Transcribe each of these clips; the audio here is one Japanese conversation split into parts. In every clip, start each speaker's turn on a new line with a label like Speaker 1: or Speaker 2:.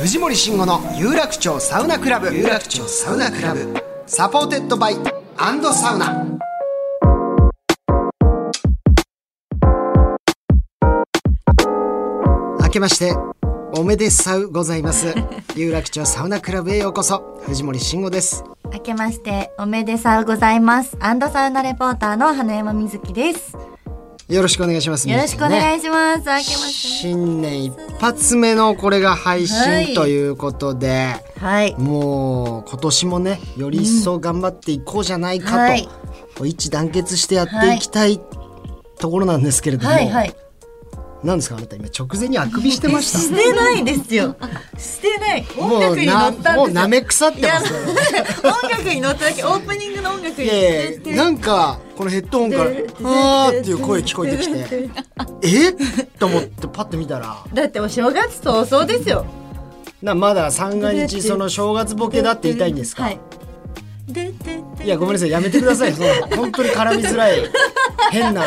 Speaker 1: 藤森慎吾の有楽町サウナクラブ有楽町サウナクラブサポーテッドバイアンドサウナ明けましておめでさうございます 有楽町サウナクラブへようこそ藤森慎吾です
Speaker 2: 明けましておめでさうございます。アンドサウナレポーターの花山みずきです。よ
Speaker 1: よろしくお願いします
Speaker 2: ろしくお願い
Speaker 1: し
Speaker 2: します。明けまして
Speaker 1: 新年一発目のこれが配
Speaker 2: は
Speaker 1: 信
Speaker 2: い
Speaker 1: ということで、
Speaker 2: はい。
Speaker 1: もう今年もねより一層頑張っていこうじゃないかと、
Speaker 2: うんはい
Speaker 1: こう一致団結してやっていきたいところなんですけれども、
Speaker 2: はいはい。
Speaker 1: なんですかあなた今直前にあくびしてました
Speaker 2: してないですよ。してない。音楽に乗ったんですよ。
Speaker 1: もうなめくさってますよ
Speaker 2: いや 音楽に乗っただけ、オープニングの音楽 に。
Speaker 1: いやいやなんかこのヘッドホンから「あー」っていう声聞こえてき て「えっ?」と思ってパッと見たら
Speaker 2: だってお正月早々ですよ。
Speaker 1: なまだ三が日その正月ボケだって言いたいんですか、
Speaker 2: はいい。ででで
Speaker 1: やごめんなさいやめてくださいその本当に絡みづらい変な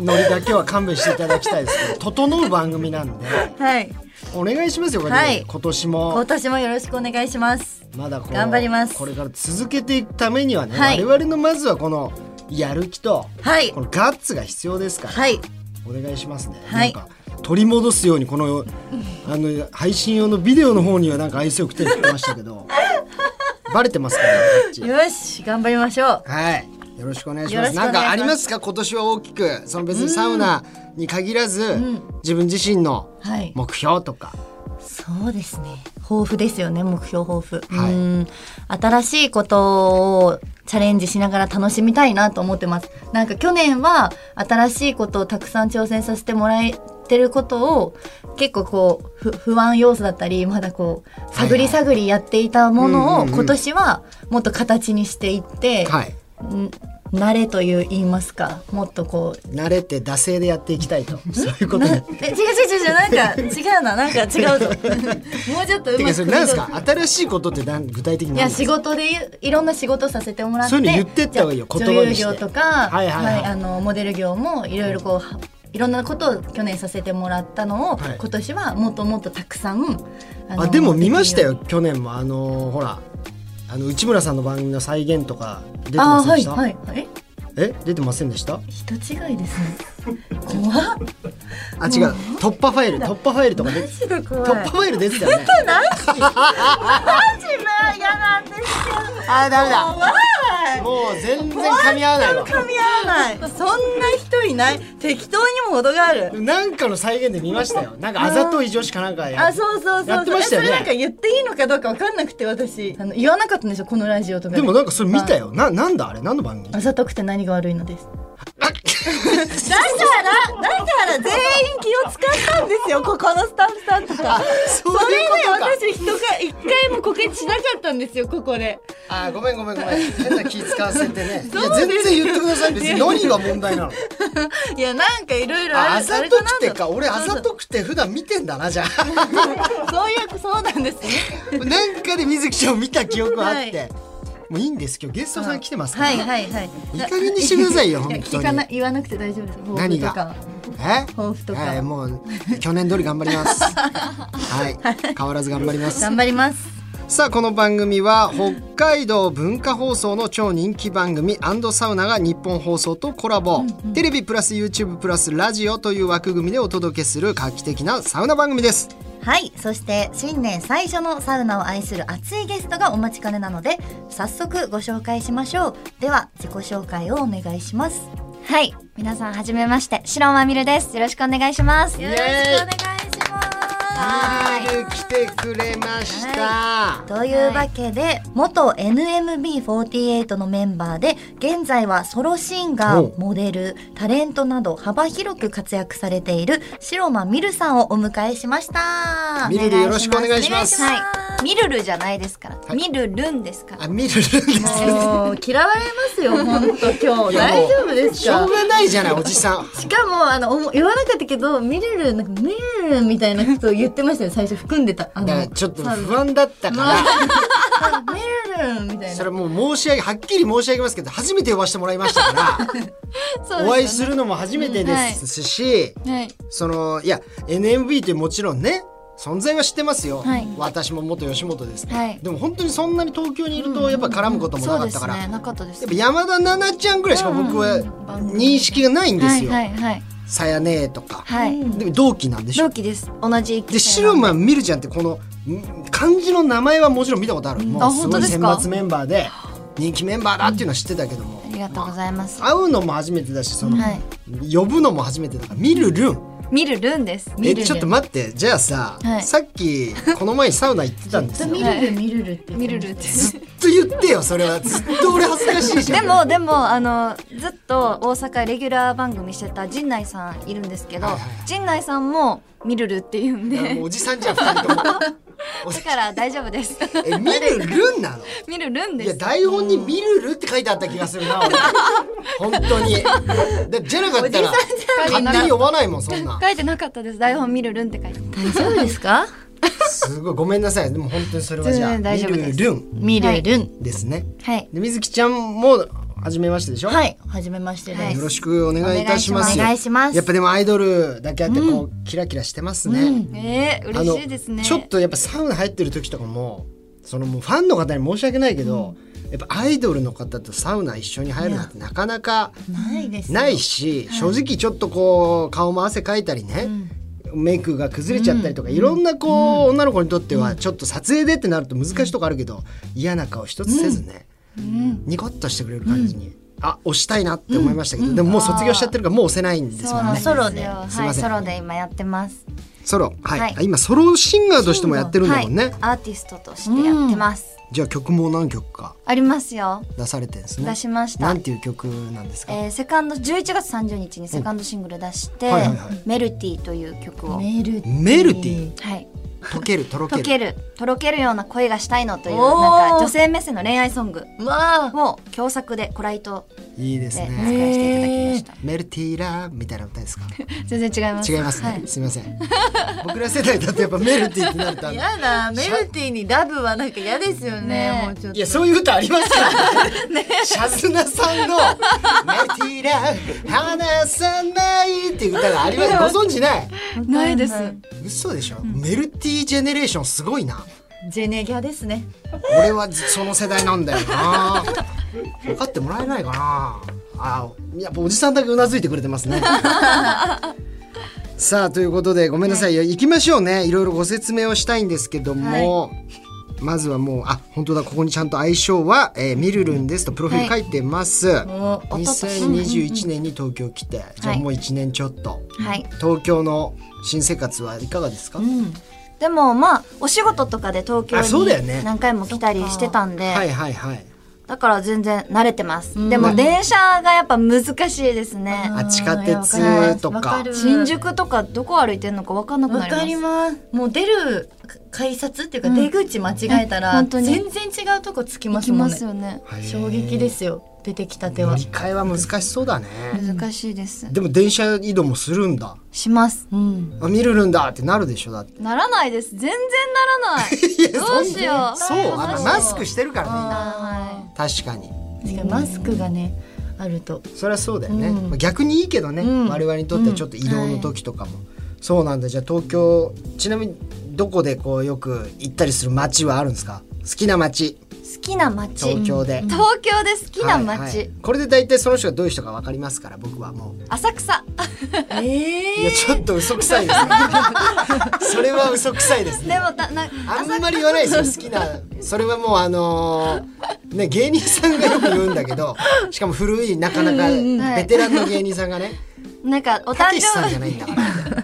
Speaker 1: ノリだけは勘弁していただきたいですけど整う番組なんで
Speaker 2: はい。
Speaker 1: お願いしますよこれ、
Speaker 2: はい
Speaker 1: 今年も
Speaker 2: 今年もよろしくお願いします。
Speaker 1: まだこう
Speaker 2: 頑張ります
Speaker 1: これから続けていくためにはね、
Speaker 2: はい
Speaker 1: 我々のまずはこのやる気と、
Speaker 2: はい
Speaker 1: このガッツが必要ですから、
Speaker 2: はい。
Speaker 1: お願いしますね、
Speaker 2: はい
Speaker 1: なんか取り戻すようにこのあの配信用のビデオの方にはなんか愛想よく手振ってましたけどバレてますからねガッチ
Speaker 2: よし、頑張りましょう。
Speaker 1: はいよろしくお願いし
Speaker 2: よ
Speaker 1: ま
Speaker 2: ろ
Speaker 1: す
Speaker 2: しくお
Speaker 1: なん
Speaker 2: 願いします
Speaker 1: かありますか今年は大きくその別にサウナに限らず、自分自身の
Speaker 2: はい
Speaker 1: 目標とか、
Speaker 2: そうですね豊富ですよね目標豊富、
Speaker 1: はい
Speaker 2: うん新しいことをチャレンジしながら楽しみたいなと思ってますなんか去年は新しいことをたくさん挑戦させてもらえてることを結構こうふ不安要素だったりまだこう
Speaker 1: はい
Speaker 2: 探り探りやっていたもの
Speaker 1: うん
Speaker 2: を
Speaker 1: うんうん
Speaker 2: 今年はもっと形にしていって、
Speaker 1: はい
Speaker 2: ん慣れという言いますかもっとこう
Speaker 1: 慣れて惰性でやっていきたいとそういうことで
Speaker 2: え違う違う違うなんか違うななんか違 うぞもうちょっとう
Speaker 1: て
Speaker 2: ま
Speaker 1: か
Speaker 2: く
Speaker 1: それなんですか新しいことってなん具体的に
Speaker 2: い
Speaker 1: 何
Speaker 2: や
Speaker 1: です
Speaker 2: 仕
Speaker 1: か
Speaker 2: 事でいういろんな仕事させてもらって
Speaker 1: そういうの言ってった方がいいよ
Speaker 2: じゃあ
Speaker 1: 言葉に
Speaker 2: 女優
Speaker 1: して
Speaker 2: 業とか、
Speaker 1: は
Speaker 2: はいい
Speaker 1: はいはい
Speaker 2: あのモデル業もいろいろこうはいろんなことを去年させてもらったのを、
Speaker 1: はい
Speaker 2: 今年はもっともっとたくさんあの
Speaker 1: あでも見ました
Speaker 2: で
Speaker 1: よ去年もあのーほらあの内村さんの番組の再現とか出て
Speaker 2: きるよう
Speaker 1: ま
Speaker 2: あ
Speaker 1: せん
Speaker 2: は
Speaker 1: で
Speaker 2: い
Speaker 1: した、
Speaker 2: はいえ
Speaker 1: え出てませんでした
Speaker 2: 人違いですね怖っ
Speaker 1: あ違う突破ファイル突破ファイルとか出て
Speaker 2: マジで怖い
Speaker 1: 突破ファイル出てたよね
Speaker 2: マジで嫌なんですけど
Speaker 1: あーダメだ
Speaker 2: 怖い
Speaker 1: もう全然噛み合わないわ
Speaker 2: 噛み合わないそんな人いない適当にも程がある
Speaker 1: なんかの再現で見ましたよなんかあざとい女子かなんかや
Speaker 2: あ、そうそうそうそう。
Speaker 1: やってましたよね
Speaker 2: えそれなんか言っていいのかどうかわかんなくて私。あの言わなかったんですよこのラジオとか
Speaker 1: でもなんかそれ見たよななんだあれ何の番組
Speaker 2: あざとくて何が悪いのです。
Speaker 1: あ
Speaker 2: だからだから全員気を使ったんですよここのスタッフさんとか。
Speaker 1: そういうことか
Speaker 2: それで私一回一回も告知しなかったんですよここで。
Speaker 1: あーごめんごめんごめん変な気使わせてねいや
Speaker 2: そう
Speaker 1: 全
Speaker 2: ですよ
Speaker 1: 然言ってください別に何が問 題なの
Speaker 2: いやなんかいろいろある
Speaker 1: ああざとくてか俺あざとくて普段見てんだなじゃ あ
Speaker 2: そういうそうなんですね。
Speaker 1: なんかで水木ちゃんを見た記憶があって、
Speaker 2: はい
Speaker 1: もういいんです今日ゲストさん来てますから、
Speaker 2: はいはいはい。
Speaker 1: いい加減にしてくださいよ
Speaker 2: や
Speaker 1: 本当
Speaker 2: 聞
Speaker 1: に
Speaker 2: かな言わなくて大丈夫です。抱負
Speaker 1: 何
Speaker 2: とか
Speaker 1: が
Speaker 2: は
Speaker 1: え
Speaker 2: 抱負とか
Speaker 1: はい、もう去年通り頑張ります はい変わらず頑張ります
Speaker 2: 頑張ります。
Speaker 1: さあこの番組は北海道文化放送の超人気番組アンドサウナが日本放送とコラボ、テレビプラス YouTube プラスラジオという枠組みでお届けする画期的なサウナ番組です
Speaker 2: はいそして新年最初のサウナを愛する熱いゲストがお待ちかねなので早速ご紹介しましょうでは自己紹介をお願いします
Speaker 3: はい、皆さんはじめまして、シロンまみるです。よろしくお願いします。
Speaker 2: よ
Speaker 1: ろしくお願い
Speaker 2: しまはい
Speaker 1: メール来てくれました。
Speaker 3: というわけで、元 NMB48 のメンバーで現在はソロシンガ
Speaker 1: お
Speaker 3: ーモデルタレントなど幅広く活躍されている白間みるさんをお迎えしました。
Speaker 1: みるるよろしくお願いします。
Speaker 3: はい
Speaker 4: はい。ミルルじゃないですから。ミルルンですから。
Speaker 1: あ、みるるんですね。
Speaker 2: もう嫌われますよ、本当今日。大丈夫です
Speaker 1: しょ
Speaker 2: か
Speaker 1: うがないじゃない、おじさん。
Speaker 2: しかも、あの、おも言わなかったけど、ミルル、なんか、ミルルみたいなことを言ってましたよ、最初含んでた。あ
Speaker 1: だから
Speaker 2: の、
Speaker 1: ちょっと不安だったから、
Speaker 2: ミルルみたい
Speaker 1: そ
Speaker 2: な。
Speaker 1: れもう申し上げ、はっきり申し上げますけど、初めて呼ばせてもらいました から、お会いするのも初めてですし、
Speaker 4: はい。
Speaker 1: その、いや、NMB ってもちろんね、存在は知ってますよ。
Speaker 4: はい
Speaker 1: 私も元吉本です、
Speaker 4: はい
Speaker 1: でも本当にそんなに東京にいると、やっぱ絡むこともな
Speaker 4: そう
Speaker 1: かっ
Speaker 4: で
Speaker 1: たか
Speaker 4: す
Speaker 1: ら、
Speaker 4: ね。なかったです
Speaker 1: やっ。ぱ山田奈々ちゃんぐらいしか僕は認識がないんですよ。
Speaker 4: はいはい
Speaker 1: さやねえとか、
Speaker 4: はい。はい。
Speaker 1: でも同期なんでしょ
Speaker 4: 同期です。同じ
Speaker 1: で白間みるちゃんってこのん漢字の名前はもちろん見たことある、もう
Speaker 4: あ
Speaker 1: す
Speaker 4: 本
Speaker 1: ご
Speaker 4: 当
Speaker 1: い
Speaker 4: です
Speaker 1: 選
Speaker 4: か
Speaker 1: 抜メンバーで人気メンバーだっていうのは知ってたけども、
Speaker 4: ありがとうございます。
Speaker 1: 会うのも初めてだしその、
Speaker 4: はい
Speaker 1: 呼ぶのも初めてだから見るるん
Speaker 4: ミルルンです。
Speaker 1: えちょっと待ってじゃあさ、
Speaker 4: はい
Speaker 1: さっきこの前にサウナ行ってたんですよ
Speaker 2: ミルル、ミルルって。
Speaker 4: ミルルンです。
Speaker 1: ずっと言ってよそれはずっと俺恥ずかしいじゃ
Speaker 4: で
Speaker 1: ん
Speaker 4: もでもあのずっと大阪レギュラー番組してた陣内さんいるんですけど、
Speaker 1: はいはい
Speaker 4: 陣内さんもミルルって言うんで
Speaker 1: もうおじさんじゃん二人ともおじ
Speaker 4: だから大丈夫です
Speaker 1: え見るるんなの
Speaker 4: ミルルン
Speaker 1: い
Speaker 4: で
Speaker 1: や
Speaker 4: す
Speaker 1: 台本に「見るる」って書いてあった気がするな俺 本当にでじゃなかったら勝手に呼ばないもんそんなん
Speaker 4: 書いてなかったです台本ミルルンって書いて
Speaker 2: 大丈夫ですか
Speaker 1: すごいごめんなさいでも本当にそれはじゃあ「
Speaker 4: 全然大
Speaker 1: 見
Speaker 4: 丈夫で
Speaker 1: る
Speaker 4: す
Speaker 1: るん
Speaker 2: ミルルン。」
Speaker 1: ですね
Speaker 4: はい
Speaker 1: で水木ちゃんも初めましてでしょ、
Speaker 2: はい、はじめましてで
Speaker 1: よ
Speaker 2: す。
Speaker 1: ろしくお願いいたします
Speaker 3: お願いします
Speaker 1: やっぱでもアイドルだけあってこう、キラキラしてますね、
Speaker 4: えー、
Speaker 1: あの
Speaker 4: 嬉しいですね
Speaker 1: ちょっとやっぱサウナ入ってる時とかもそのもうファンの方に申し訳ないけど、やっぱアイドルの方とサウナ一緒に入るなんてなかなか
Speaker 2: ないです。
Speaker 1: ないし、正直ちょっとこう顔も汗かいたりね、メイクが崩れちゃったりとか、いろんなこう、女の子にとってはちょっと撮影でってなると難しいとこあるけど、嫌な顔一つせずね、ニコッとしてくれる感じに、あ押したいなって思いましたけど、でももう卒業しちゃってるからもう押せないんですもんね。
Speaker 3: ソロで、
Speaker 1: すい
Speaker 3: は
Speaker 1: ま
Speaker 3: い、
Speaker 1: せん
Speaker 3: ソロで今やってます。
Speaker 1: ソロ、はい
Speaker 3: はい
Speaker 1: あ今ソロシンガーとしてもやってるんだもんね、
Speaker 3: はい、アーティストとしてやってます。
Speaker 1: じゃあ曲も何曲か
Speaker 4: ありますよ
Speaker 1: 出されてるんですね
Speaker 4: 出しました
Speaker 1: なんていう曲なんですか、
Speaker 4: えー、セカンド11月30日にセカンドシングル出して「
Speaker 1: はいはいはい
Speaker 4: メルティ」という曲を、
Speaker 2: メルル
Speaker 1: メルティ
Speaker 4: はい、
Speaker 1: 溶けるとろけ
Speaker 4: 溶
Speaker 1: る
Speaker 4: けるとろけるような恋がしたいのという
Speaker 2: おー
Speaker 4: なんか女性目線の恋愛ソング
Speaker 2: ン。わあ。
Speaker 4: を共作でコライト
Speaker 1: いいです
Speaker 4: で
Speaker 1: ね、
Speaker 4: 作らせていただきました、
Speaker 1: メルティーラーみたいな歌ですか
Speaker 4: 全然違います
Speaker 1: 違いますね、
Speaker 4: はい
Speaker 1: すみません僕ら世代だとやっぱメルティーってなるとあの
Speaker 2: やだ、メルティにラブはなんか嫌ですよね。もうちょっ
Speaker 1: い
Speaker 2: と。
Speaker 1: やそういう歌ありますからねシャズナさんの「メルティーラー離さない」っていう歌がありますご存知ない
Speaker 4: ないです
Speaker 1: 嘘でしょ、メルティージェネレーションすごいな
Speaker 2: ジェネギャですね。
Speaker 1: 俺はずその世代なんだよな分かってもらえないかなあやっぱおじさんだけうなずいてくれてますねさあということでごめんなさい、いや行きましょうねいろいろご説明をしたいんですけども、まずはもうあ本当だここにちゃんと愛称は、えー、ミルルンですとプロフィール書いてます、
Speaker 2: もう、
Speaker 1: 2021年に東京来て、じゃあもう1年ちょっと、
Speaker 4: はい
Speaker 1: 東京の新生活はいかがですか、
Speaker 4: でもまあお仕事とかで東京
Speaker 1: あそうだよね
Speaker 4: に何回も来たりしてたんで
Speaker 1: はいはいはい
Speaker 4: だから全然慣れてます、でも電車がやっぱ難しいですね、
Speaker 1: あ地下鉄とか
Speaker 2: わかる。
Speaker 4: 新宿とかどこ歩いてんのか分かんなく
Speaker 2: わ
Speaker 4: なります
Speaker 2: かります。もう出る改札っていうか出口間違えたら、
Speaker 4: うん本当に
Speaker 2: 全然違うとこつきま
Speaker 4: 行
Speaker 2: す
Speaker 4: き
Speaker 2: もん
Speaker 4: ま
Speaker 2: ね
Speaker 4: す。よね
Speaker 2: 衝撃ですよ。出てきたては
Speaker 1: 乗り。換えは難しそうだね、
Speaker 4: 難しいです
Speaker 1: でも電車移動もするんだ
Speaker 4: します
Speaker 2: うん。
Speaker 1: あ見るるんだってなるでしょだって
Speaker 4: ならないです全然ならない どうしよう
Speaker 1: そうあのマスクしてるからみんな
Speaker 4: は
Speaker 1: 確かに
Speaker 2: 確かにマスクがね、あると。
Speaker 1: それはそうだよね、まあ逆にいいけどね、我々にとってはちょっと移動の時とかも、そうなんだじゃあ東京ちなみにどこでこうよく行ったりする街はあるんですか好きな街
Speaker 4: い好きな街
Speaker 1: 東京で、
Speaker 4: 東京で好きな街、
Speaker 1: はいはいこれで大体その人がどういう人か分かりますから僕はもう
Speaker 4: 浅草
Speaker 1: いやちょっと嘘くさいですね それは嘘くさいですね
Speaker 4: でもたな
Speaker 1: あんまり言わないですよ好きなそれはもうあのーね芸人さんがよく言うんだけ どしかも古いなかなかベテランの芸人さんがね
Speaker 4: なんかお
Speaker 1: た
Speaker 4: 誕
Speaker 1: けしさんじゃ
Speaker 4: 生
Speaker 1: ないん
Speaker 4: 日
Speaker 1: だから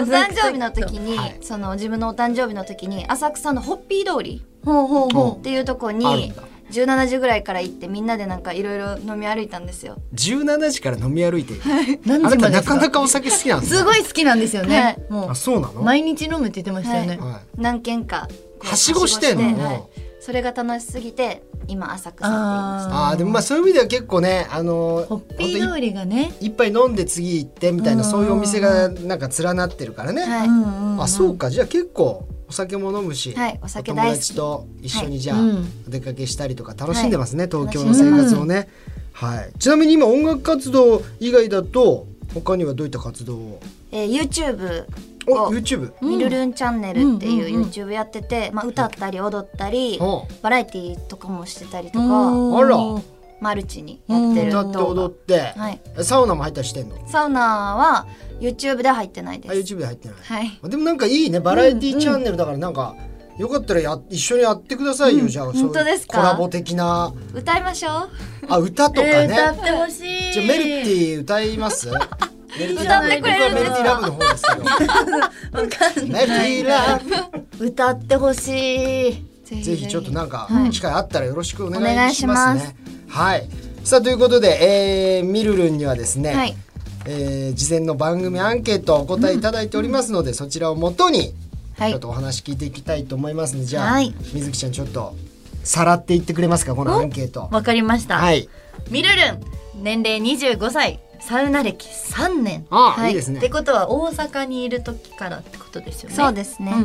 Speaker 4: お誕生日の時に、その自分のお誕生日の時に浅草のホッピー通り
Speaker 2: ほうほう
Speaker 1: ほう
Speaker 4: っていうとこ
Speaker 1: あるん
Speaker 4: に
Speaker 1: だ
Speaker 4: 17時ぐらいから行ってみんなでなんかいろいろ飲み歩いたんですよ。
Speaker 1: 17時から飲み歩いてるあ
Speaker 2: 何
Speaker 1: な
Speaker 2: 時
Speaker 1: た
Speaker 2: まで
Speaker 1: な
Speaker 2: です
Speaker 1: か
Speaker 2: か
Speaker 1: なかお酒好きなんですね
Speaker 2: すごい好きなんですよね、
Speaker 4: はい
Speaker 2: も
Speaker 1: あそうな
Speaker 2: う
Speaker 1: の
Speaker 2: 毎日飲むって言ってましたよね、
Speaker 1: は
Speaker 4: 何軒かこう
Speaker 1: いはしごしてん
Speaker 4: はし
Speaker 1: の、
Speaker 4: ごはいそれが楽しすぎて今浅草って言います
Speaker 2: あ
Speaker 1: あーでもまあそういう意味では結構ねあの
Speaker 2: ホッピー
Speaker 1: ほんと
Speaker 2: 通りがね
Speaker 1: い一杯飲んで次行ってみたいなそういうお店がなんか連なってるからね、
Speaker 4: はい、
Speaker 1: あそうかじゃあ結構お酒も飲むし、
Speaker 4: はいお酒
Speaker 1: お
Speaker 4: 大
Speaker 1: 友
Speaker 4: 好
Speaker 1: 達
Speaker 4: き
Speaker 1: と一緒にじゃあ
Speaker 2: はいうん
Speaker 1: お出かけしたりとか楽しんでますね、東京の生活をね、はい、ちなみに今音楽活動以外だと他にはどういった活動を
Speaker 4: えー YouTube
Speaker 1: お
Speaker 4: を
Speaker 1: YouTube
Speaker 4: ミルルンチャンネルっていうう YouTube やってて、まあ、歌ったり踊ったり
Speaker 1: お
Speaker 4: バラエティとかもしてたりとか
Speaker 2: おー
Speaker 1: あら
Speaker 4: マルチにやってる
Speaker 1: 歌って
Speaker 4: 動
Speaker 1: 踊
Speaker 4: 画
Speaker 1: って、
Speaker 4: はい
Speaker 1: サウナも入ったりしてんの
Speaker 4: サウナは YouTube で入ってないで
Speaker 1: あ
Speaker 4: す
Speaker 1: YouTube で入ってない、
Speaker 4: はい
Speaker 1: でもなんかいいねバラエティチャンネルだからなんか、よかったらや一緒にやってくださいよ、じゃあそういう
Speaker 4: 本当ですか
Speaker 1: コラボ的な
Speaker 4: 歌いましょう
Speaker 1: あ歌とかね、
Speaker 2: えー歌ってほしい
Speaker 1: じゃあメルティー歌い ます。メルティー
Speaker 4: 歌ってくれるんで
Speaker 1: 僕は
Speaker 4: すか
Speaker 1: メルティーラブの方ですけ ど。メルティーラ
Speaker 2: 歌ってほしい
Speaker 4: ぜ
Speaker 1: ブ。ぜひちょっとなんか
Speaker 4: はい
Speaker 1: 機会あったらよろしくお
Speaker 4: お
Speaker 1: 願
Speaker 4: 願
Speaker 1: い
Speaker 4: い
Speaker 1: し
Speaker 4: し
Speaker 1: ま
Speaker 4: ます
Speaker 1: ね。はい。さあということで、えー、ミルルンにはですね、
Speaker 4: はい
Speaker 1: えー事前の番組アンケートをお答えいただいておりますので、そちらをもとに
Speaker 4: は
Speaker 1: ちょっ
Speaker 4: い
Speaker 1: とお話聞いていきたいと思いますので、じゃあ、
Speaker 2: はい
Speaker 1: 水木ちゃんちょっとさらっていってくれますかこのアンケート。
Speaker 2: わかりました、
Speaker 1: はい。
Speaker 2: ミルルン年齢25歳サウナ歴3年
Speaker 1: ああいいですね
Speaker 2: ってことは大阪にいる時からってことですよね
Speaker 4: そうですね、
Speaker 2: うんう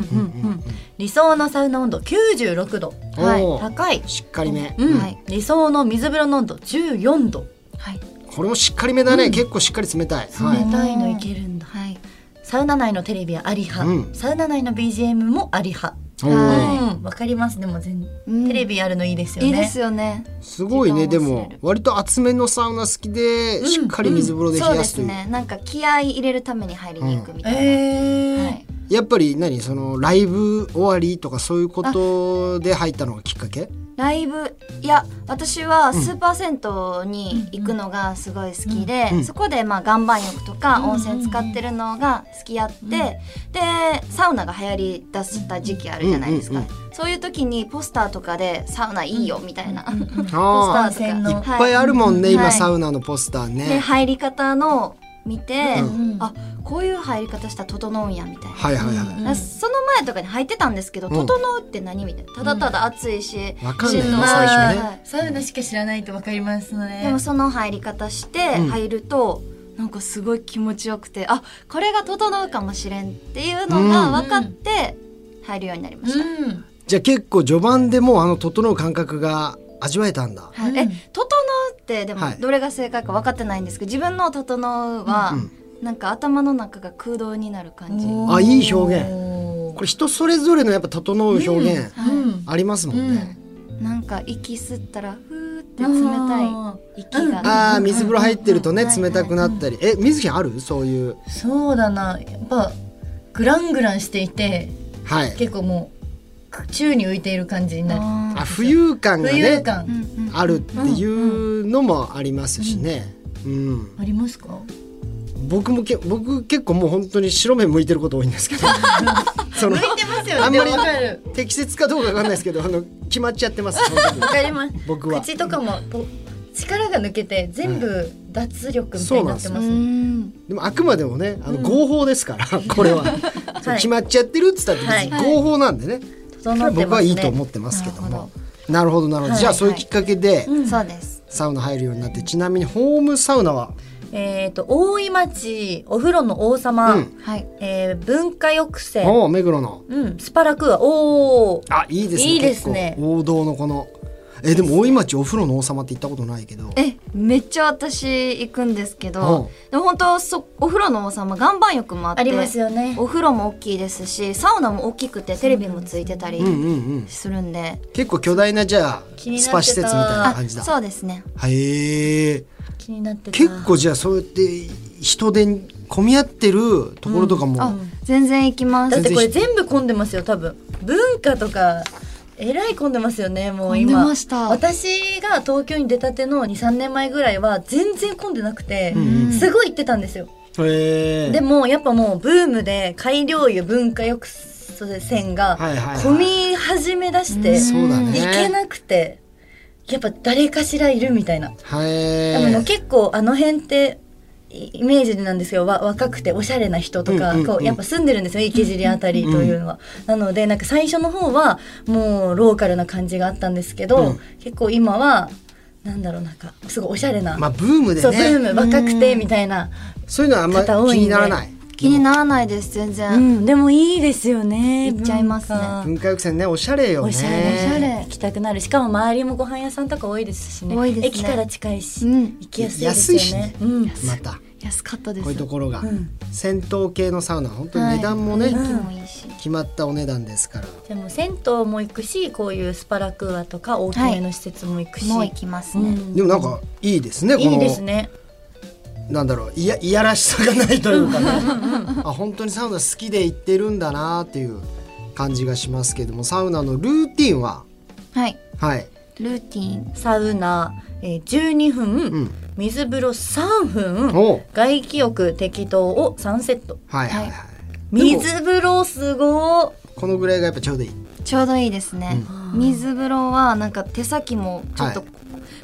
Speaker 2: んうん理想のサウナ温度96度
Speaker 4: はい
Speaker 1: おー
Speaker 2: 高い、
Speaker 1: しっかりめ。
Speaker 2: うん
Speaker 4: はい
Speaker 2: 理想の水風呂の温度14度
Speaker 4: はい
Speaker 1: これもしっかりめだね。結構しっかり冷たい。はい。
Speaker 2: 冷たいのいけるんだ
Speaker 4: はい
Speaker 2: サウナ内のテレビはアリ派、
Speaker 1: うん
Speaker 2: サウナ内の BGM もアリ派
Speaker 1: おー
Speaker 4: は
Speaker 2: うんわかりますでも全、
Speaker 4: うん
Speaker 2: テレビあるのいいですよね
Speaker 4: いいですよね
Speaker 1: すごいねで
Speaker 4: 時間を忘れ
Speaker 1: も
Speaker 4: る
Speaker 1: 割と厚めのサウナ好きで、しっかり水風呂で冷
Speaker 4: そう
Speaker 1: や
Speaker 4: です
Speaker 1: と
Speaker 4: す
Speaker 1: いう,、
Speaker 4: ねなんか気合い入れるために入りに行くみたいな、
Speaker 2: えー
Speaker 4: はい、
Speaker 1: やっぱり何そのライブ終わりとかそういうことで入ったのがきっかけ
Speaker 4: ライブいや私はスーパー銭湯に行くのがすごい好きで、
Speaker 1: うん
Speaker 4: そこでまあ岩盤浴とか温泉使ってるのが好きやって、でサウナが流行りだした時期あるじゃないですか、
Speaker 1: うんうん
Speaker 4: そういう時にポスターとかでサウナいいよみたいな、ポス
Speaker 1: あ
Speaker 4: ターとか
Speaker 2: 温泉の
Speaker 1: あいっぱいあるもんね、
Speaker 4: はい
Speaker 1: 今サウナのポスター
Speaker 4: で
Speaker 1: ね、
Speaker 4: 入り方の見て、
Speaker 2: うん
Speaker 4: あこういう入り方したら整うんやみたいな。
Speaker 1: はいはいはい、
Speaker 4: だからその前とかに入ってたんですけど
Speaker 1: う
Speaker 4: 「
Speaker 1: ん
Speaker 4: 整う」って何みたいなただただ暑いし、
Speaker 1: わかんないな
Speaker 4: しどい
Speaker 1: 最初ね
Speaker 4: はい
Speaker 2: サウナしか知らないとわかりますね
Speaker 4: でもその入り方して
Speaker 1: うん
Speaker 4: 入ると、なんかすごい気持ちよくてあこれが整うかもしれんっていうのが分かって入るようになりました、
Speaker 2: うん
Speaker 1: じゃあ結構序盤でもうあの整う感覚が味わえたんだ
Speaker 4: はいえ「整う」ってでも
Speaker 1: はい
Speaker 4: どれが正解か分かってないんですけど自分の「整うは」
Speaker 1: うん
Speaker 4: なんか頭の中が空洞になる感じ、
Speaker 1: あいい表現
Speaker 2: おー
Speaker 1: これ人それぞれのやっぱ整う表現
Speaker 2: うん
Speaker 1: ありますもんね、
Speaker 4: なんか息吸ったらふーって冷た
Speaker 2: あ
Speaker 4: い息が、
Speaker 1: ああ水風呂入ってるとね
Speaker 4: うん
Speaker 1: 冷たくなったり、え水木あるそういう
Speaker 2: そうだなやっぱグラングランしていて
Speaker 1: はい
Speaker 2: 結構もう宙に浮いている感じになる
Speaker 4: あ
Speaker 1: あ浮遊感が
Speaker 2: 浮
Speaker 1: ね
Speaker 2: 遊感、
Speaker 4: ーうんうん
Speaker 1: あるっていうのもありますしね。うん、
Speaker 2: ありますか
Speaker 1: 僕もけ僕結構もう本当に白目向いてること多いんですけ どその
Speaker 2: てます
Speaker 1: あんまり
Speaker 2: わかる
Speaker 1: 適切かどうかわかんないですけどあの決まっちゃって ます本当に
Speaker 2: わかります
Speaker 1: 僕は。
Speaker 2: 口とかもこう力が抜けて全部脱力みたいになって
Speaker 1: そう
Speaker 2: ま
Speaker 4: う
Speaker 2: すね
Speaker 4: ん
Speaker 1: でもあくまでもねあの合法ですから、これは、そう決まっちゃってるっつったって別に
Speaker 2: はい
Speaker 1: 合法なんでね、それ
Speaker 2: 整
Speaker 1: は
Speaker 2: ってますね
Speaker 1: 僕はいいと思ってますけど
Speaker 4: なる
Speaker 1: も。なるほどなるほど、じゃあそういうきっかけで
Speaker 4: そうです
Speaker 1: サウナ入るようになって、ちなみにホームサウナは、
Speaker 2: えっ、と大井町お風呂の王様、
Speaker 1: うん
Speaker 4: はい
Speaker 2: えー文化抑制、
Speaker 1: おう目黒の
Speaker 2: うん、スパラクーアおー
Speaker 1: あいいですね
Speaker 2: いいですね
Speaker 1: 結構王道のこのえでも大井町お風呂の王様って行ったことないけど
Speaker 4: えめっちゃ私行くんですけど、でも本当そお風呂の王様岩盤浴もあって
Speaker 2: ありますよね
Speaker 4: お風呂も大きいですしサウナも大きくてテレビもついてたり
Speaker 1: うんうんうん
Speaker 4: するんで、
Speaker 1: 結構巨大なじゃあ
Speaker 2: 気になって
Speaker 1: スパ
Speaker 2: た
Speaker 1: 施設みたいな
Speaker 4: あ
Speaker 1: 感じだ
Speaker 4: そうですね
Speaker 1: へえ
Speaker 2: 気になってた
Speaker 1: 結構じゃあそうやって人で混み合ってるところとかも、
Speaker 4: あ全然行きま
Speaker 2: だっ
Speaker 4: す
Speaker 2: てこれ全部混んでますよ多分文化とかえらい混んでますよねもう今
Speaker 4: 混んでました
Speaker 2: 私が東京に出たての23年前ぐらいは全然混んでなくて、
Speaker 1: うん
Speaker 2: すごい行ってたんですよ
Speaker 1: へえ
Speaker 2: でもやっぱもうブームで改良油文化抑制が
Speaker 1: はいはいはい
Speaker 2: 混み始めだして、
Speaker 1: そうだね
Speaker 2: 行けなくてやっぱ誰かしらいるみたいな。
Speaker 1: は
Speaker 2: でももう
Speaker 1: え
Speaker 2: 結構あの辺ってイイメージなんですけどわ若くておしゃれな人とか、
Speaker 1: うんうんうん
Speaker 2: こうやっぱ住んでるんですよ池尻あたりというのは。なのでなんか最初の方はもうローカルな感じがあったんですけ
Speaker 1: う
Speaker 2: ど、
Speaker 1: ん
Speaker 2: 結構今はなんだろうなんかすごいおしゃれな、
Speaker 1: まあブームで
Speaker 2: そうブー
Speaker 1: ね
Speaker 2: ム若くてみたいな。
Speaker 1: そういうのはあんま
Speaker 2: 方多
Speaker 1: 気
Speaker 2: いんで
Speaker 1: にならない
Speaker 4: 気にならないです全
Speaker 2: う
Speaker 4: 然、
Speaker 2: ん、でもいいですよね。
Speaker 4: 行っちゃいますね
Speaker 2: 文化
Speaker 1: 文化浴船ねおしゃれよね
Speaker 2: おしゃれ、行きたくなる。しかも周りもご飯屋さんとか多いですしね。
Speaker 4: 多いですね
Speaker 2: 駅から近いし、
Speaker 4: うん
Speaker 2: 行きやすいですよね。
Speaker 1: 安いし
Speaker 2: うん、
Speaker 1: またこ
Speaker 4: 安かったで
Speaker 1: ういう
Speaker 4: す
Speaker 1: ところが、
Speaker 2: ん
Speaker 1: 銭湯系のサウナ本当に値段もね、
Speaker 4: 雰囲気もいいし、
Speaker 1: 決まったお値段ですから
Speaker 2: でも銭湯も行くし、こういうスパラクアとか大きめの施設も行くし、
Speaker 4: もう行きます
Speaker 2: う
Speaker 4: ね、
Speaker 2: ん
Speaker 1: でもなんかいいですね、この
Speaker 2: いいですね。
Speaker 1: なんだろういやいやらしさがないというかねあ本当にサウナ好きで行ってるんだなっていう感じがしますけどもサウナのルーティンは
Speaker 4: はい
Speaker 1: はい
Speaker 4: ルーティン
Speaker 2: サウナ、えー、12分、
Speaker 1: ん
Speaker 2: 水風呂3分、
Speaker 1: おう
Speaker 2: 外気浴適当を3セット。
Speaker 1: はいはいはい、
Speaker 2: 水風呂すごー
Speaker 1: このぐらいがやっぱちょうどいい
Speaker 4: ちょうどいいですね、水風呂はなんか手先もちょっと
Speaker 1: は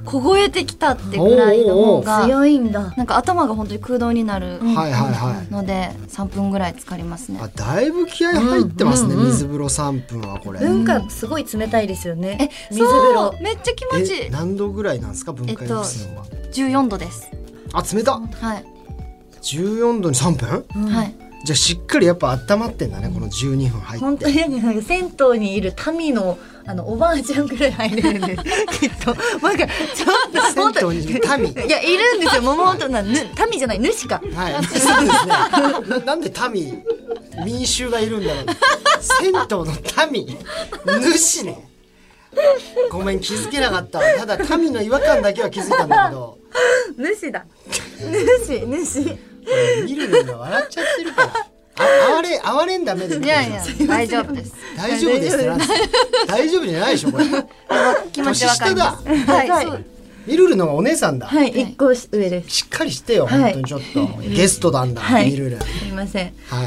Speaker 4: 凍えてきたってぐらいの方が、
Speaker 2: 強いんだ。
Speaker 4: なんか頭が本当に空洞になる
Speaker 1: はいはいはい
Speaker 4: ので3分ぐらい浸かりますね
Speaker 1: あだいぶ気合入ってますね、水風呂3分はこれ、
Speaker 2: 文化すごい冷たいですよね。
Speaker 4: え
Speaker 2: 水風
Speaker 4: そ
Speaker 2: 呂
Speaker 4: う。めっちゃ気持ちい
Speaker 1: え
Speaker 4: い
Speaker 1: 何度ぐらいなんですか分解浴室は、
Speaker 4: 14度です
Speaker 1: あ冷た
Speaker 4: はい、
Speaker 1: 14度に3分
Speaker 4: はい
Speaker 1: じゃあしっかりやっぱ温まってんだねこの12分入って
Speaker 2: 本当になんか銭湯にいる民のあのおばあちゃんぐらい入れるんできっとなんかちょっと本
Speaker 1: 銭
Speaker 2: 当に
Speaker 1: 湯にいる民
Speaker 2: いやいるんですよ桃本なぬ民じゃない主か
Speaker 1: はい、そう ですね。ななんで民、民衆がいるんだろう。銭湯の民、主ね。ごめん、気づけなかった。ただ民の違和感だけは気づいたんだけど、
Speaker 2: 主だ主主
Speaker 1: 俺見るのが笑っちゃってるから。あ、哀れ、哀れんだ目で見て
Speaker 4: い
Speaker 1: るじゃ
Speaker 4: や
Speaker 1: ん
Speaker 4: いや大丈夫です
Speaker 1: 大丈夫ですってなんですか大丈夫じゃないでしょ、これ。
Speaker 4: 気持ちわかります
Speaker 1: 年
Speaker 4: はいそう
Speaker 1: 見るるのがお姉さんだ。
Speaker 2: はい一個上です
Speaker 1: しっかりしてよ、
Speaker 2: はい
Speaker 1: 本当にちょっと。ゲストなんだ、
Speaker 2: はい
Speaker 1: 見るる。
Speaker 2: すいません
Speaker 1: は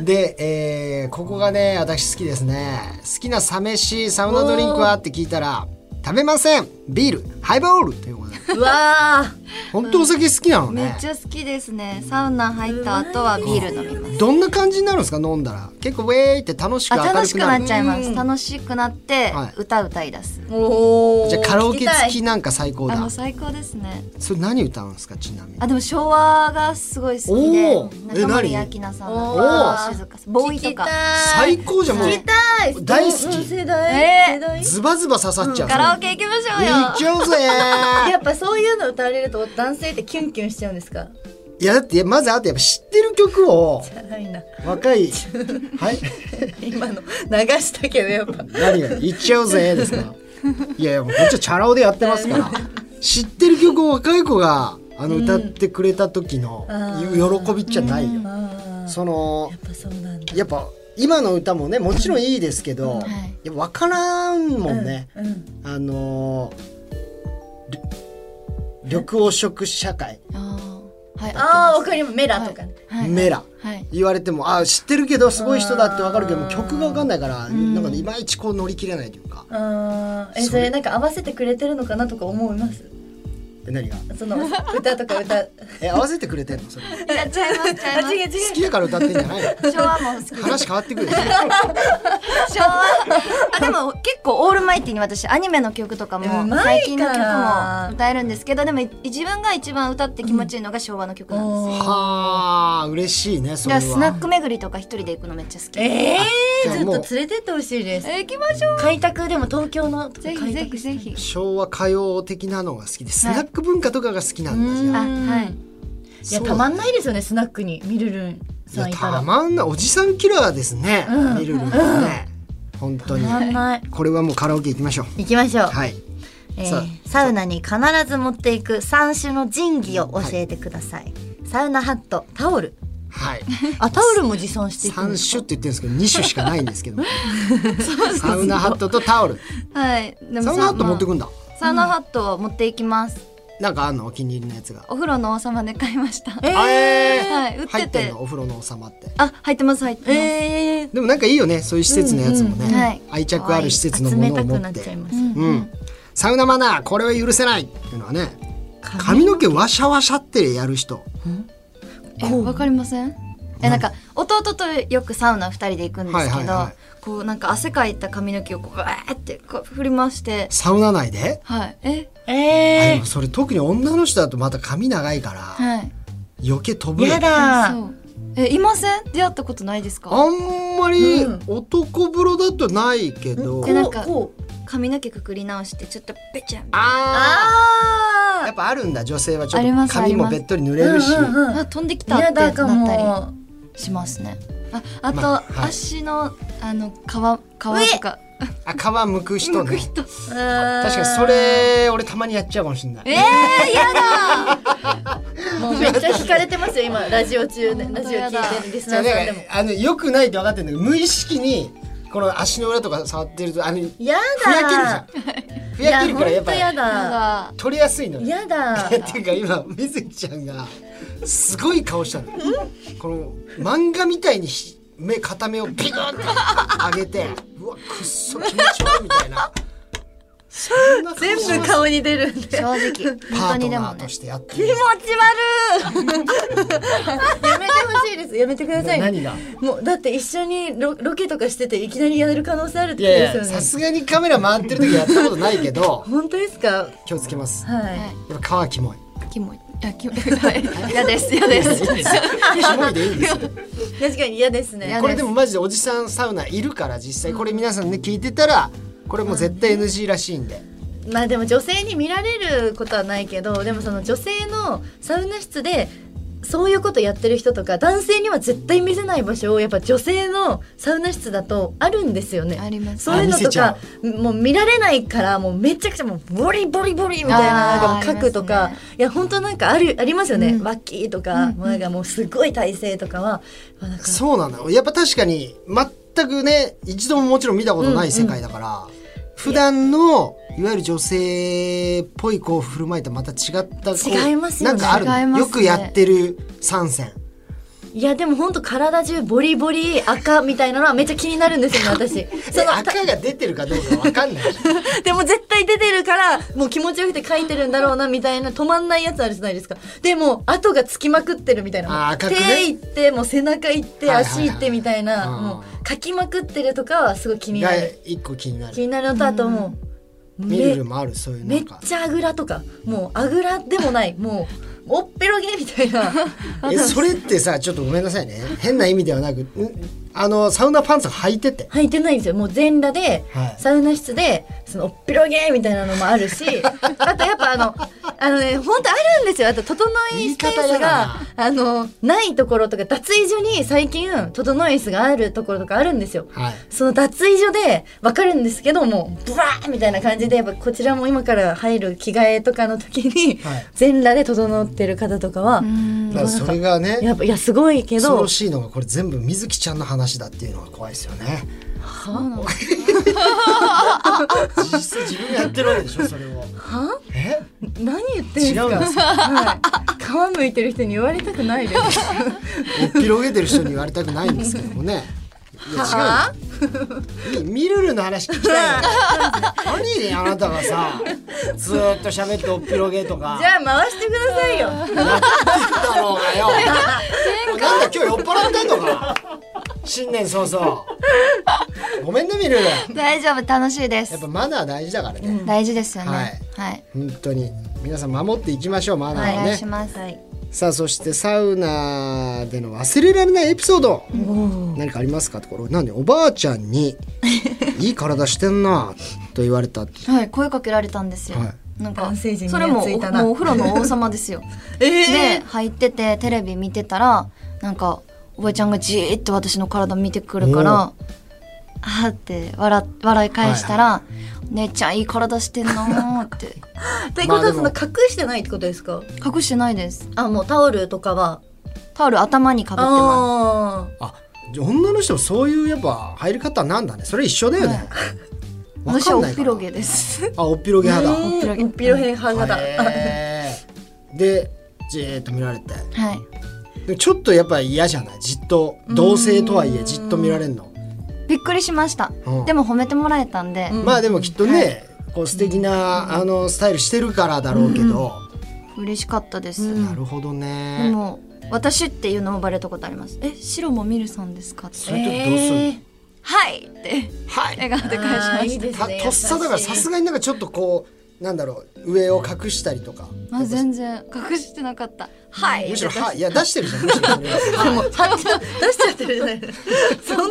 Speaker 1: い。で、えーここがね、私好きですね。好きなサ飯、サウナドリンクはって聞いたら、食べませんビール、ハイボールということで。
Speaker 2: うわあ
Speaker 1: 本当お酒好きなの
Speaker 4: め
Speaker 1: ね
Speaker 4: っ。ちゃ好きですねサウナ入った後はビール飲みます
Speaker 1: どんな感じになるんですか飲んだら。結構ウェーイって楽しく
Speaker 4: あ
Speaker 1: 明るくなる。
Speaker 4: 楽しくなっちゃいます楽しくなって
Speaker 1: はい
Speaker 4: 歌歌い出す
Speaker 2: おお
Speaker 1: じゃあカラオケ付き
Speaker 2: き
Speaker 1: なんか最高
Speaker 4: あも
Speaker 1: だ
Speaker 4: う。最高ですね
Speaker 1: それ何歌うんですかちなみに。
Speaker 4: あでも昭和がすごい好き
Speaker 1: おー
Speaker 4: で
Speaker 1: え
Speaker 4: 中森
Speaker 1: 何
Speaker 4: 明菜さん
Speaker 2: お
Speaker 4: と
Speaker 1: ー
Speaker 4: か静香さんボーイとか
Speaker 1: 最高じゃんもう
Speaker 2: 聞きたい
Speaker 1: 大好き
Speaker 2: うん世代世代
Speaker 1: ズバズバ刺さっちゃう。
Speaker 4: カラオケ行きましょうよ
Speaker 1: 行っちゃうぜ
Speaker 2: やっぱそういうの歌われると男性ってキュンキュンしちゃうんですか
Speaker 1: いやだってまずあとやっぱ知ってる曲を
Speaker 2: はいな
Speaker 1: 若いはい
Speaker 2: 今の流したけどやっぱ
Speaker 1: 何が言っちゃおうぜですからいやいやもうこっちはチャラ男でやってます から知ってる曲を若い子があの歌ってくれた時の喜びじゃないよ、その
Speaker 2: やっぱそうなんだ
Speaker 1: やっぱ今の歌もねもちろんいいですけど、やっぱ分からんもんね、
Speaker 2: うん
Speaker 1: あのー緑黄色社会、
Speaker 4: あーはい
Speaker 2: ああ
Speaker 4: 合
Speaker 2: わ
Speaker 4: って
Speaker 2: かりますメラとかね、
Speaker 4: ますはい
Speaker 1: メラ
Speaker 4: はい
Speaker 1: 言われてもあ知ってるけどすごい人だって分かるけどもう曲が分かんないから、なんかねいまいちこう乗り切れないというか
Speaker 2: あーえ
Speaker 1: それ
Speaker 2: それなんか合わせてくれてるのかなとか思います
Speaker 1: え何が
Speaker 2: その歌とか歌う
Speaker 1: え合わせてくれてんの それ好
Speaker 4: やっちゃいますちゃいま
Speaker 2: う違
Speaker 1: きだから歌ってんじゃないの
Speaker 4: す昭和も好き
Speaker 1: 話変わってくるよ
Speaker 4: 昭和あでも結構オールマイティに私アニメの曲とかも
Speaker 2: うまいから
Speaker 4: 最近の曲も歌えるんですけどでも自分が一番歌って気持ちいいのが昭和の曲なんですよ
Speaker 1: はあ嬉しいねそ
Speaker 4: だ
Speaker 1: れ
Speaker 4: か
Speaker 1: は
Speaker 4: らスナック巡りとか一人で行くのめっちゃ好きえ
Speaker 2: ええ
Speaker 1: じゃあ
Speaker 2: ずっと
Speaker 1: もう
Speaker 2: 連れてってほしいです
Speaker 4: 行きましょう
Speaker 2: 開拓でも東京の
Speaker 4: ぜひぜひぜひ
Speaker 1: 昭和歌謡的なのが好きでス
Speaker 4: はい
Speaker 1: ナック文化とかが好きなんだじ
Speaker 4: あ
Speaker 1: ゃあ
Speaker 4: は
Speaker 2: い
Speaker 4: い
Speaker 2: や
Speaker 1: そう
Speaker 2: たまんないですよねスナックにミルルン
Speaker 1: い
Speaker 2: さ
Speaker 1: や
Speaker 2: んいたら
Speaker 1: たまんないおじさんキラーですねみるるんね本当に
Speaker 2: たまんない
Speaker 1: これはもうカラオケ行きましょう
Speaker 2: 行きましょう、
Speaker 1: はい
Speaker 2: え
Speaker 1: さ
Speaker 2: ー、サウナに必ず持っていく3種の神器を教えてください、サウナハットタオル
Speaker 1: はい
Speaker 2: あタオルも持参していくん
Speaker 1: 三
Speaker 2: です
Speaker 1: 種って言ってるんですけど二種しかないんですけどもサウナハットとタオル
Speaker 4: はいで
Speaker 1: サウナハット持ってくんだ
Speaker 4: サウナハットを持っていきます
Speaker 1: なんかあんのお気に入りのやつが。
Speaker 4: お風呂の王様で買いました。
Speaker 2: え
Speaker 1: えー
Speaker 4: はい、売っ
Speaker 1: 入
Speaker 4: て
Speaker 1: ってん
Speaker 4: て
Speaker 1: の。お風呂の王様って。
Speaker 4: あ、入ってます、入ってます。
Speaker 2: えー
Speaker 1: でもなんかいいよねそういう施設のやつもね、
Speaker 4: うんうんはい
Speaker 1: 愛着ある施設のものを
Speaker 2: 集
Speaker 1: 持
Speaker 2: めたくな
Speaker 1: っ
Speaker 2: ってちゃいます
Speaker 4: う。ん
Speaker 1: う
Speaker 4: うん
Speaker 1: ん、サウナマナーこれは許せないっていうのはね髪の毛わしゃわしゃってやる人
Speaker 4: え、わかりませんえ、なんか、弟とよくサウナ二人で行くんです
Speaker 1: は
Speaker 4: け
Speaker 1: いはいは
Speaker 4: ど
Speaker 1: い、
Speaker 4: こう、なんか汗かいた髪の毛をこう、わーってこう振り回して、
Speaker 1: サウナ内で、
Speaker 4: はい。え、
Speaker 1: あで
Speaker 2: え
Speaker 1: もそれ特に女の人だとまた髪長いから、
Speaker 4: はい。
Speaker 1: 余計飛ぶ
Speaker 2: ー、
Speaker 1: よ
Speaker 2: やだ
Speaker 4: そう。え、いません出会ったことないですか
Speaker 1: あんまり
Speaker 2: うん
Speaker 1: 男風呂だとないけど、
Speaker 4: でなんか
Speaker 2: こう
Speaker 4: 髪の毛くくり直して、ちょっとぺちゃん。
Speaker 1: あーや
Speaker 2: あ
Speaker 1: っぱあるんだ女性はちょっ
Speaker 4: あり
Speaker 1: と
Speaker 4: ます
Speaker 1: 髪もべっとり濡れるし、
Speaker 2: うんうんうん
Speaker 4: あ、飛んできたって
Speaker 2: や
Speaker 4: な
Speaker 2: だ
Speaker 4: った
Speaker 2: か
Speaker 4: り
Speaker 2: も
Speaker 4: しますね。あ、あと、
Speaker 1: まあはい
Speaker 4: 足の、あの、皮、皮とか、
Speaker 1: あ皮むく人ね
Speaker 4: むく人。
Speaker 1: 確
Speaker 2: 確
Speaker 1: かにそれ俺たまにやっちゃうかもしれない、
Speaker 4: えー、やだ
Speaker 2: もうめっちゃ惹かれてますよ今ラジオ中でラジオ聞いてるリス
Speaker 1: じゃ
Speaker 2: ナ
Speaker 1: あね
Speaker 2: ーさんでも
Speaker 1: あの良くないって分かってるんだけど無意識にこの足の裏とか触ってるとあのふ
Speaker 2: や
Speaker 1: や
Speaker 2: だ
Speaker 1: けるじゃん ふやけるからやっ
Speaker 2: 本当や
Speaker 1: ぱ
Speaker 4: や
Speaker 2: だ
Speaker 4: だ
Speaker 1: 取れやすいのよ
Speaker 2: やだ
Speaker 1: っていうか今水木ちゃんがすごい顔したのこの漫画みたいにひ目片目をピコンって上げて うわくっそ気持ち悪いみたいなそんな顔し
Speaker 2: 全
Speaker 1: ま
Speaker 2: 部
Speaker 1: す
Speaker 2: 顔に出るんで
Speaker 4: 正直
Speaker 1: パ
Speaker 4: 本当
Speaker 1: ート
Speaker 4: にで
Speaker 1: ナ
Speaker 4: も
Speaker 1: ー
Speaker 4: ね
Speaker 1: としてやって
Speaker 2: 気
Speaker 1: る
Speaker 2: 持ち 悪いやめてほしいですやめてください
Speaker 1: 何が
Speaker 2: もうだって一緒にロロケとかしてていきなりやれる可能性あるって
Speaker 1: い
Speaker 2: こ
Speaker 1: やいや
Speaker 2: とですよね
Speaker 1: さすがにカメラ回ってる時やったことないけど
Speaker 2: 本当ですか
Speaker 1: 気をつけますや
Speaker 2: はい、
Speaker 4: はい
Speaker 1: っぱ皮キモい
Speaker 4: キモいやキモいはい 嫌です嫌です
Speaker 1: キモいでいいんですよ
Speaker 2: 確かに嫌ですね
Speaker 4: 嫌
Speaker 1: これでもマジでおじさんサウナいるから実際これ皆さんね聞いてたらこれもう絶対 NG らしいんで
Speaker 2: まあでも女性に見られることはないけどでもその女性のサウナ室でそういうことやってる人とか男性には絶対見せない場所をやっぱ女性のサウナ室だとあるんですよね。
Speaker 4: あります
Speaker 2: そういうの
Speaker 1: あ見せ
Speaker 2: と
Speaker 1: ちゃ
Speaker 2: かもう見られないからもうめちゃくちゃもうボリボリボリみたいなな
Speaker 4: あー
Speaker 2: んかもう書くと
Speaker 4: あ
Speaker 2: か、
Speaker 4: ります
Speaker 2: いや本当なんかあるありますよね、
Speaker 4: うん
Speaker 2: ワッキーとか、
Speaker 4: うん
Speaker 2: もうなんかもうすごい体勢とかは、まあなんか
Speaker 1: そうなのやっぱ確かに全くね一度ももちろん見たことない世界だから、普段のいわゆる女性っぽいこう振る舞いとまた違ったこう
Speaker 2: 違いますよね
Speaker 1: なんかあ
Speaker 4: 違い
Speaker 1: るの
Speaker 4: ますね
Speaker 1: よくやってる参戦
Speaker 2: いやでも本当体中ボリボリ赤みたいなのはめっちゃ気になるんですよね 私
Speaker 1: で赤が出てるかどうかわかんないじ ゃん
Speaker 2: でも絶対出てるからもう気持ちよくて書いてるんだろうなみたいな止まんないやつあるじゃないですかでも後がつきまくってるみたい
Speaker 1: あー
Speaker 2: なもう
Speaker 1: 赤く
Speaker 2: 手
Speaker 1: ね
Speaker 2: いってもう背中いって
Speaker 1: はいはいはい
Speaker 2: 足いってみたいな
Speaker 1: うん
Speaker 2: もう書きまくってるとかはすごい気にな
Speaker 1: が
Speaker 2: る
Speaker 1: 一個気にな
Speaker 2: 気
Speaker 1: る
Speaker 2: になるのとあともう
Speaker 1: 見る
Speaker 2: め
Speaker 1: もあるそういうな
Speaker 2: めっ
Speaker 1: んか
Speaker 2: ちゃあぐらとかもうあぐらでもないもうおっぺろげみたいな
Speaker 1: えそれってさちょっとごめんなさいね変な意味ではなくんあのサウナパンツ履いてて
Speaker 2: 履いてないんですよもう全裸で、
Speaker 1: はい
Speaker 2: サウナ室でそのおっぴろげみたいなのも あるしあとやっぱあのあのね本当あるんですよあと整いスペ
Speaker 1: 言い
Speaker 2: ー
Speaker 1: 方
Speaker 2: ス
Speaker 1: やだ
Speaker 2: が
Speaker 1: な
Speaker 2: あのないところとか脱衣所に最近整い椅子があるところとかあるんですよ。
Speaker 1: はい
Speaker 2: その脱衣所で分かるんですけどもうブワーみたいな感じでやっぱこちらも今から入る着替えとかの時に
Speaker 1: はい
Speaker 2: 全裸で整ってる方とかは
Speaker 1: だからそれがね
Speaker 2: やっぱいやすごいけ
Speaker 1: 恐
Speaker 2: ど
Speaker 1: ろしいのがこれ全部水木ちゃんの話だっていうのが怖いですよね。実際自分がやってるわけでしょそれを。
Speaker 2: は
Speaker 1: え
Speaker 2: 何言って
Speaker 1: 違
Speaker 2: るん
Speaker 1: うん
Speaker 2: で
Speaker 1: ですす
Speaker 2: か
Speaker 1: よ。
Speaker 2: はい、皮むいてる人に言われたくない です
Speaker 1: おっ広げてる人に言われたくないんですけどもね。いや違うよ。みみるるの話聞きたい の。何であなたがさずーっと喋っておっ広げとか
Speaker 2: じ。ゃあ回してくださいよ。
Speaker 1: やってんだろうがよ。 なんだ今日酔っ払ってんのか。新年早々。ごめんねみるる。
Speaker 4: 大丈夫楽しいで
Speaker 1: や
Speaker 4: す
Speaker 1: っぱマナー大事だからね。
Speaker 4: 大事ですよね
Speaker 1: は
Speaker 4: はいい、
Speaker 1: 本当に皆さん守っていきましょうマナ
Speaker 4: お
Speaker 1: ーを
Speaker 4: 願い
Speaker 1: ね、
Speaker 4: します、
Speaker 1: さあそしてサウナでの忘れられないエピソード何かありますかところなんでおばあちゃん に「いい体してんな」と言われたって
Speaker 4: はい声かけられたんですよ、
Speaker 1: は
Speaker 4: なんか
Speaker 2: 男性陣に
Speaker 4: それも
Speaker 2: やっついたな
Speaker 4: もうお風呂の王様ですよ
Speaker 2: え
Speaker 4: で入っててテレビ見てたらなんかおばちゃんがじーっと私の体見てくるからあーって笑っ笑い返したら、姉ちゃんいい体してんなーって
Speaker 2: ということ
Speaker 1: まあ
Speaker 2: は
Speaker 1: で
Speaker 2: そ
Speaker 1: も
Speaker 2: の隠してないってことですか。
Speaker 4: 隠してないです
Speaker 2: あもうタオルとかは。
Speaker 4: タオル頭にかぶってま
Speaker 2: あ
Speaker 1: あ女の人もそういうやっぱ入り方なんだねそれ一緒だよね、
Speaker 4: す私はおっぴろ
Speaker 1: げ
Speaker 4: げで す
Speaker 1: あおっぴろげ
Speaker 2: あ。
Speaker 1: 派だ、
Speaker 2: うんピロヘン派だ。
Speaker 1: へ でじーっと見られて
Speaker 4: はい
Speaker 1: でちょっとやっぱり嫌じゃないじっと同性とはいえじっと見られるの、
Speaker 4: びっくりしました、
Speaker 1: うん
Speaker 4: でも褒めてもらえたんで、
Speaker 1: まあでもきっとね、こう素敵な、あのスタイルしてるからだろうけど、
Speaker 4: 嬉しかったです、
Speaker 1: なるほど
Speaker 4: で
Speaker 1: ね、
Speaker 4: も私っていうのもバレたことありますえ白もミルさんですかって
Speaker 1: それ時どうするの、
Speaker 4: はいって
Speaker 1: はい
Speaker 4: 笑顔で返しま
Speaker 2: い
Speaker 4: し
Speaker 2: い
Speaker 4: た
Speaker 2: です
Speaker 1: た
Speaker 2: ね
Speaker 1: とっさだからさすがになんかちょっとこうなんだろう上を隠したりとか
Speaker 4: まあ全然隠してなかったはい
Speaker 1: むしろはいいや出してるじゃんむし ろ
Speaker 2: 出しちゃってるじゃないですか。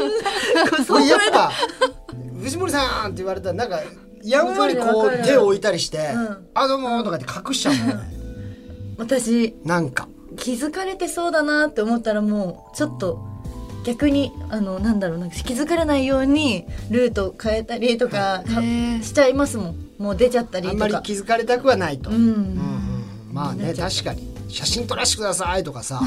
Speaker 1: これやっぱ藤森さんって言われたらなんかやんわりこう手を置いたりして
Speaker 2: ん
Speaker 1: 「あどうも」とかって隠しちゃうもん ね
Speaker 2: 私
Speaker 1: なんか
Speaker 2: 気づかれてそうだなって思ったらもうちょっと逆にあのなんだろうなんか気づかれないようにルート変えたりとかかしちゃいますもんもう出ちゃったり
Speaker 1: あ
Speaker 2: と
Speaker 1: ん
Speaker 2: か
Speaker 1: まり気づかれたくはないと。
Speaker 2: う
Speaker 1: うん
Speaker 2: ん
Speaker 1: うんまあね確かに「写真撮らせてください」とかさ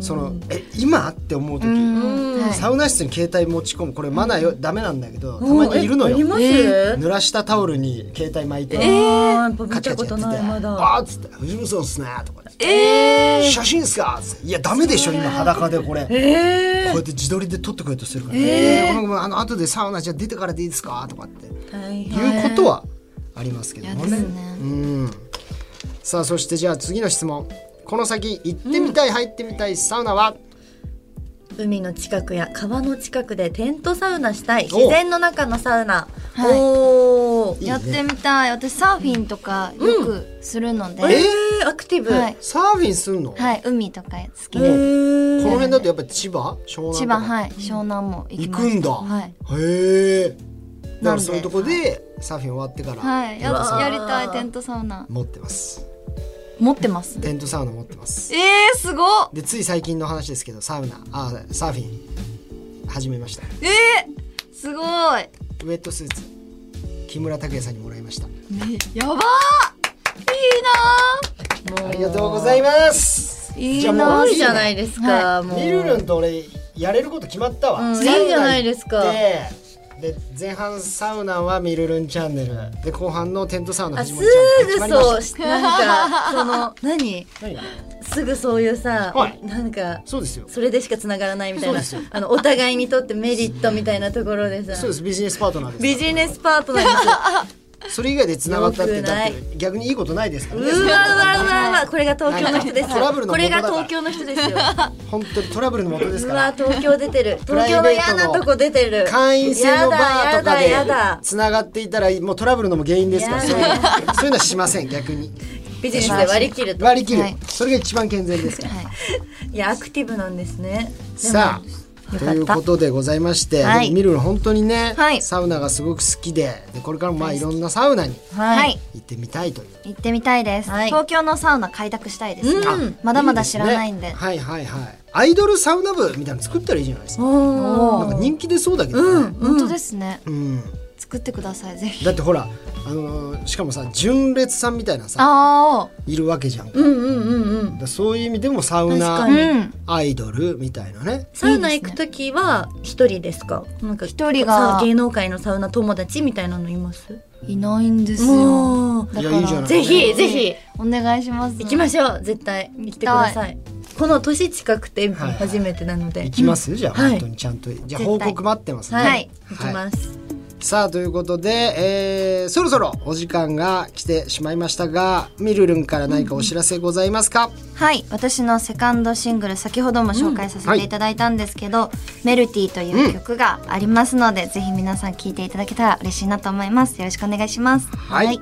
Speaker 1: その「え今?」って思う時
Speaker 2: うん
Speaker 4: はい
Speaker 1: サウナ室に携帯持ち込むこれマナーよダメなんだけどたまにいるの
Speaker 2: おえあり
Speaker 1: よ
Speaker 2: ます、
Speaker 1: 濡らしたタオルに携帯巻いて
Speaker 2: えー、やっぱ見
Speaker 1: カチ
Speaker 2: た
Speaker 1: カチ
Speaker 2: こ
Speaker 1: や
Speaker 2: と
Speaker 1: ってて
Speaker 2: ない
Speaker 1: 「
Speaker 2: まだ
Speaker 1: あーっつって「藤本さんっすね」とか「写真っすか?」っつって「いやダメでしょ今裸でこれ」こうやって自撮りで撮ってくれとするから「えーこの子あの後でサウナじゃあ出てからでいいですか?」とかって
Speaker 2: 大変
Speaker 1: いうことはありますけど
Speaker 4: 嫌
Speaker 1: も
Speaker 4: で
Speaker 1: ね
Speaker 4: す。ね
Speaker 1: うんさあそしてじゃあ次の質問この先行ってみたい、入ってみたいサウナは
Speaker 2: 海の近くや川の近くでテントサウナしたい
Speaker 1: お
Speaker 2: 自然の中のサウナ
Speaker 4: はい
Speaker 2: おお、
Speaker 1: いいね
Speaker 4: やってみたい私サーフィンとかよくするので、
Speaker 1: え
Speaker 2: えー、アクティブ、
Speaker 4: はい、
Speaker 1: サーフィンすんの、
Speaker 4: はい、海とか好き
Speaker 2: え
Speaker 4: で
Speaker 1: この
Speaker 2: ー、
Speaker 1: 辺だとやっぱり千葉湘南
Speaker 4: 千
Speaker 1: と
Speaker 4: 葉
Speaker 1: か
Speaker 4: はい湘南も行き
Speaker 1: 行
Speaker 4: ま
Speaker 1: く
Speaker 4: し
Speaker 1: んだ、
Speaker 4: たはい、
Speaker 1: へえだからそういう
Speaker 4: な
Speaker 1: と
Speaker 4: んで
Speaker 1: こでサーフィン終わってから、
Speaker 4: はい、や
Speaker 1: テントサウナ
Speaker 4: やりたいテントサウナ
Speaker 1: 持ってます
Speaker 4: 持ってます
Speaker 1: テントサウナ持ってます
Speaker 4: えー、すごっ
Speaker 1: でつい最近の話ですけどサウナあサーフィン始めました
Speaker 4: えー、すごいえ
Speaker 1: ウェットスーツ木村拓哉さんにもらいました
Speaker 4: やばーい
Speaker 1: ありがとうございます
Speaker 4: い
Speaker 1: じ
Speaker 4: な
Speaker 1: ゃあも
Speaker 4: ーいいな
Speaker 1: う
Speaker 2: い
Speaker 1: い
Speaker 2: いじゃないですか、もう
Speaker 1: みるるんと俺やれること決まったわ、
Speaker 2: うん
Speaker 1: サウナ行って
Speaker 2: いいじゃないですか
Speaker 1: で前半サウナはみるるんチャンネルで後半のテントサウナ
Speaker 2: あ
Speaker 1: 藤
Speaker 2: す
Speaker 1: 森チャンネル
Speaker 2: ぐそう
Speaker 1: 決
Speaker 2: しなんかその何
Speaker 1: まりました
Speaker 2: すぐそういうさ、
Speaker 1: はい
Speaker 2: なんか
Speaker 1: そうですよ
Speaker 2: それでしかつながらないみたいな
Speaker 1: そうです
Speaker 2: あのお互いにとってメリットみたいなところでさ
Speaker 1: そうですビジネスパートナーですから
Speaker 2: ビジネスパートナーです
Speaker 1: それ以外で繋がったって
Speaker 2: よく
Speaker 1: だ
Speaker 2: な
Speaker 1: っ
Speaker 2: い
Speaker 1: て逆にいいことないですからね
Speaker 2: うわうわうわうわこれが東京の人です
Speaker 1: トラブルの
Speaker 2: こ
Speaker 1: 元
Speaker 2: れ
Speaker 1: だから
Speaker 2: が東京の人ですよ
Speaker 1: 本当にトラブルのもとです
Speaker 2: う
Speaker 1: か
Speaker 2: わ
Speaker 1: ら
Speaker 2: 東京出てる
Speaker 1: プラ
Speaker 2: 東
Speaker 1: イベー
Speaker 2: 京
Speaker 1: トの
Speaker 2: の嫌なとこ出てる
Speaker 1: 会員制のバーとか
Speaker 2: やだやだやだ
Speaker 1: で繋がっていたらもうトラブルのも原因ですから
Speaker 2: や
Speaker 1: そ
Speaker 2: だ
Speaker 1: ういうそういうのはしません逆に
Speaker 2: ビジネスで割り切ると
Speaker 1: 割り切る、
Speaker 4: はい
Speaker 1: それが一番健全ですから、
Speaker 2: いやアクティブなんですね
Speaker 1: さあということでございまして、
Speaker 4: はい
Speaker 1: ミルル本当にね、
Speaker 4: はい
Speaker 1: サウナがすごく好きででこれからもまあいろんなサウナに
Speaker 4: はい、
Speaker 1: 行ってみたいという、
Speaker 4: 行ってみたいです、
Speaker 2: はい
Speaker 4: 東京のサウナ開拓したいです、ね
Speaker 1: あ
Speaker 4: まだまだ知らないんで
Speaker 1: ですねはいはいはいアイドルサウナ部みたいなの作ったらいいじゃないですか
Speaker 2: お
Speaker 1: なんか人気出そうだけどね、
Speaker 4: 本当ですね、
Speaker 1: うん
Speaker 4: 作ってくださいぜひ
Speaker 1: だってほら、あのーしかもさ純烈さんみたいなさ
Speaker 4: あ
Speaker 1: いるわけじゃん、
Speaker 2: うんうんうんうん
Speaker 1: だからそういう意味でもサウ
Speaker 4: あ
Speaker 1: ナ
Speaker 4: ーうん
Speaker 1: アイドルみたいなね
Speaker 2: サウナ行くときは一人ですか。なんか
Speaker 4: 一人が
Speaker 2: さ芸能界のサウナ友達みたいなのいます。
Speaker 4: いないんですよ
Speaker 2: もう
Speaker 4: だ
Speaker 1: い
Speaker 4: か
Speaker 1: や
Speaker 4: ら
Speaker 1: いいじゃない
Speaker 2: ぜひぜひ
Speaker 4: お願いします
Speaker 2: 行きましょう。絶対行ってください。この年近くて
Speaker 1: はい
Speaker 2: 初めてなので。
Speaker 1: 行きますじゃあ、
Speaker 2: はい
Speaker 1: 本当にちゃんとじゃあ報告待ってますね
Speaker 2: はい、
Speaker 1: は
Speaker 2: 行
Speaker 1: い
Speaker 2: きます。
Speaker 1: さあということで、えーそろそろお時間が来てしまいましたがみるるんから何かお知らせございますか、
Speaker 4: はい私のセカンドシングル先ほども紹介させていただいたんですけど「メルティ」という曲がありますので、ぜひ皆さん聴いていただけたら嬉しいなと思いますよろしくお願いします
Speaker 1: はい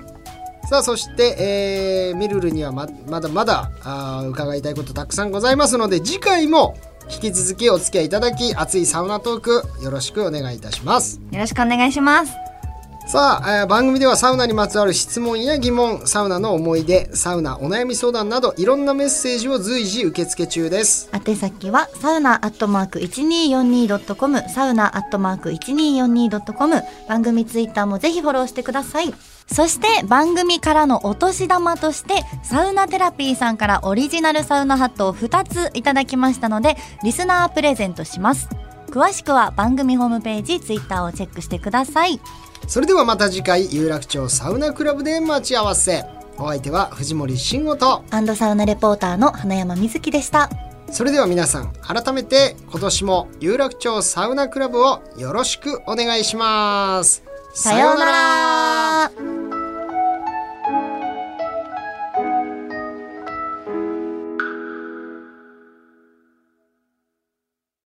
Speaker 1: さあそして、えー、みるるにはままだまだあー伺いたいことたくさんございますので次回も引き続きお付き合いいただき熱いサウナトークよろしくお願いいたします
Speaker 4: よろしくお願いします
Speaker 1: さあ、えー番組ではサウナにまつわる質問や疑問サウナの思い出サウナお悩み相談などいろんなメッセージを随時受付中です
Speaker 3: 宛先はサウナアットマーク 1242.com サウナアットマーク 1242.com 番組ツイッターもぜひフォローしてくださいそして番組からのお年玉としてサウナテラピーさんからオリジナルサウナハットを2ついただきましたのでリスナープレゼントします詳しくは番組ホームページツイッターをチェックしてください
Speaker 1: それではまた次回有楽町サウナクラブで待ち合わせお相手は藤森慎吾と
Speaker 2: アンドサウナレポーターの花山瑞希でした。
Speaker 1: それでは皆さん改めて今年も有楽町サウナクラブをよろしくお願いします
Speaker 2: さようなら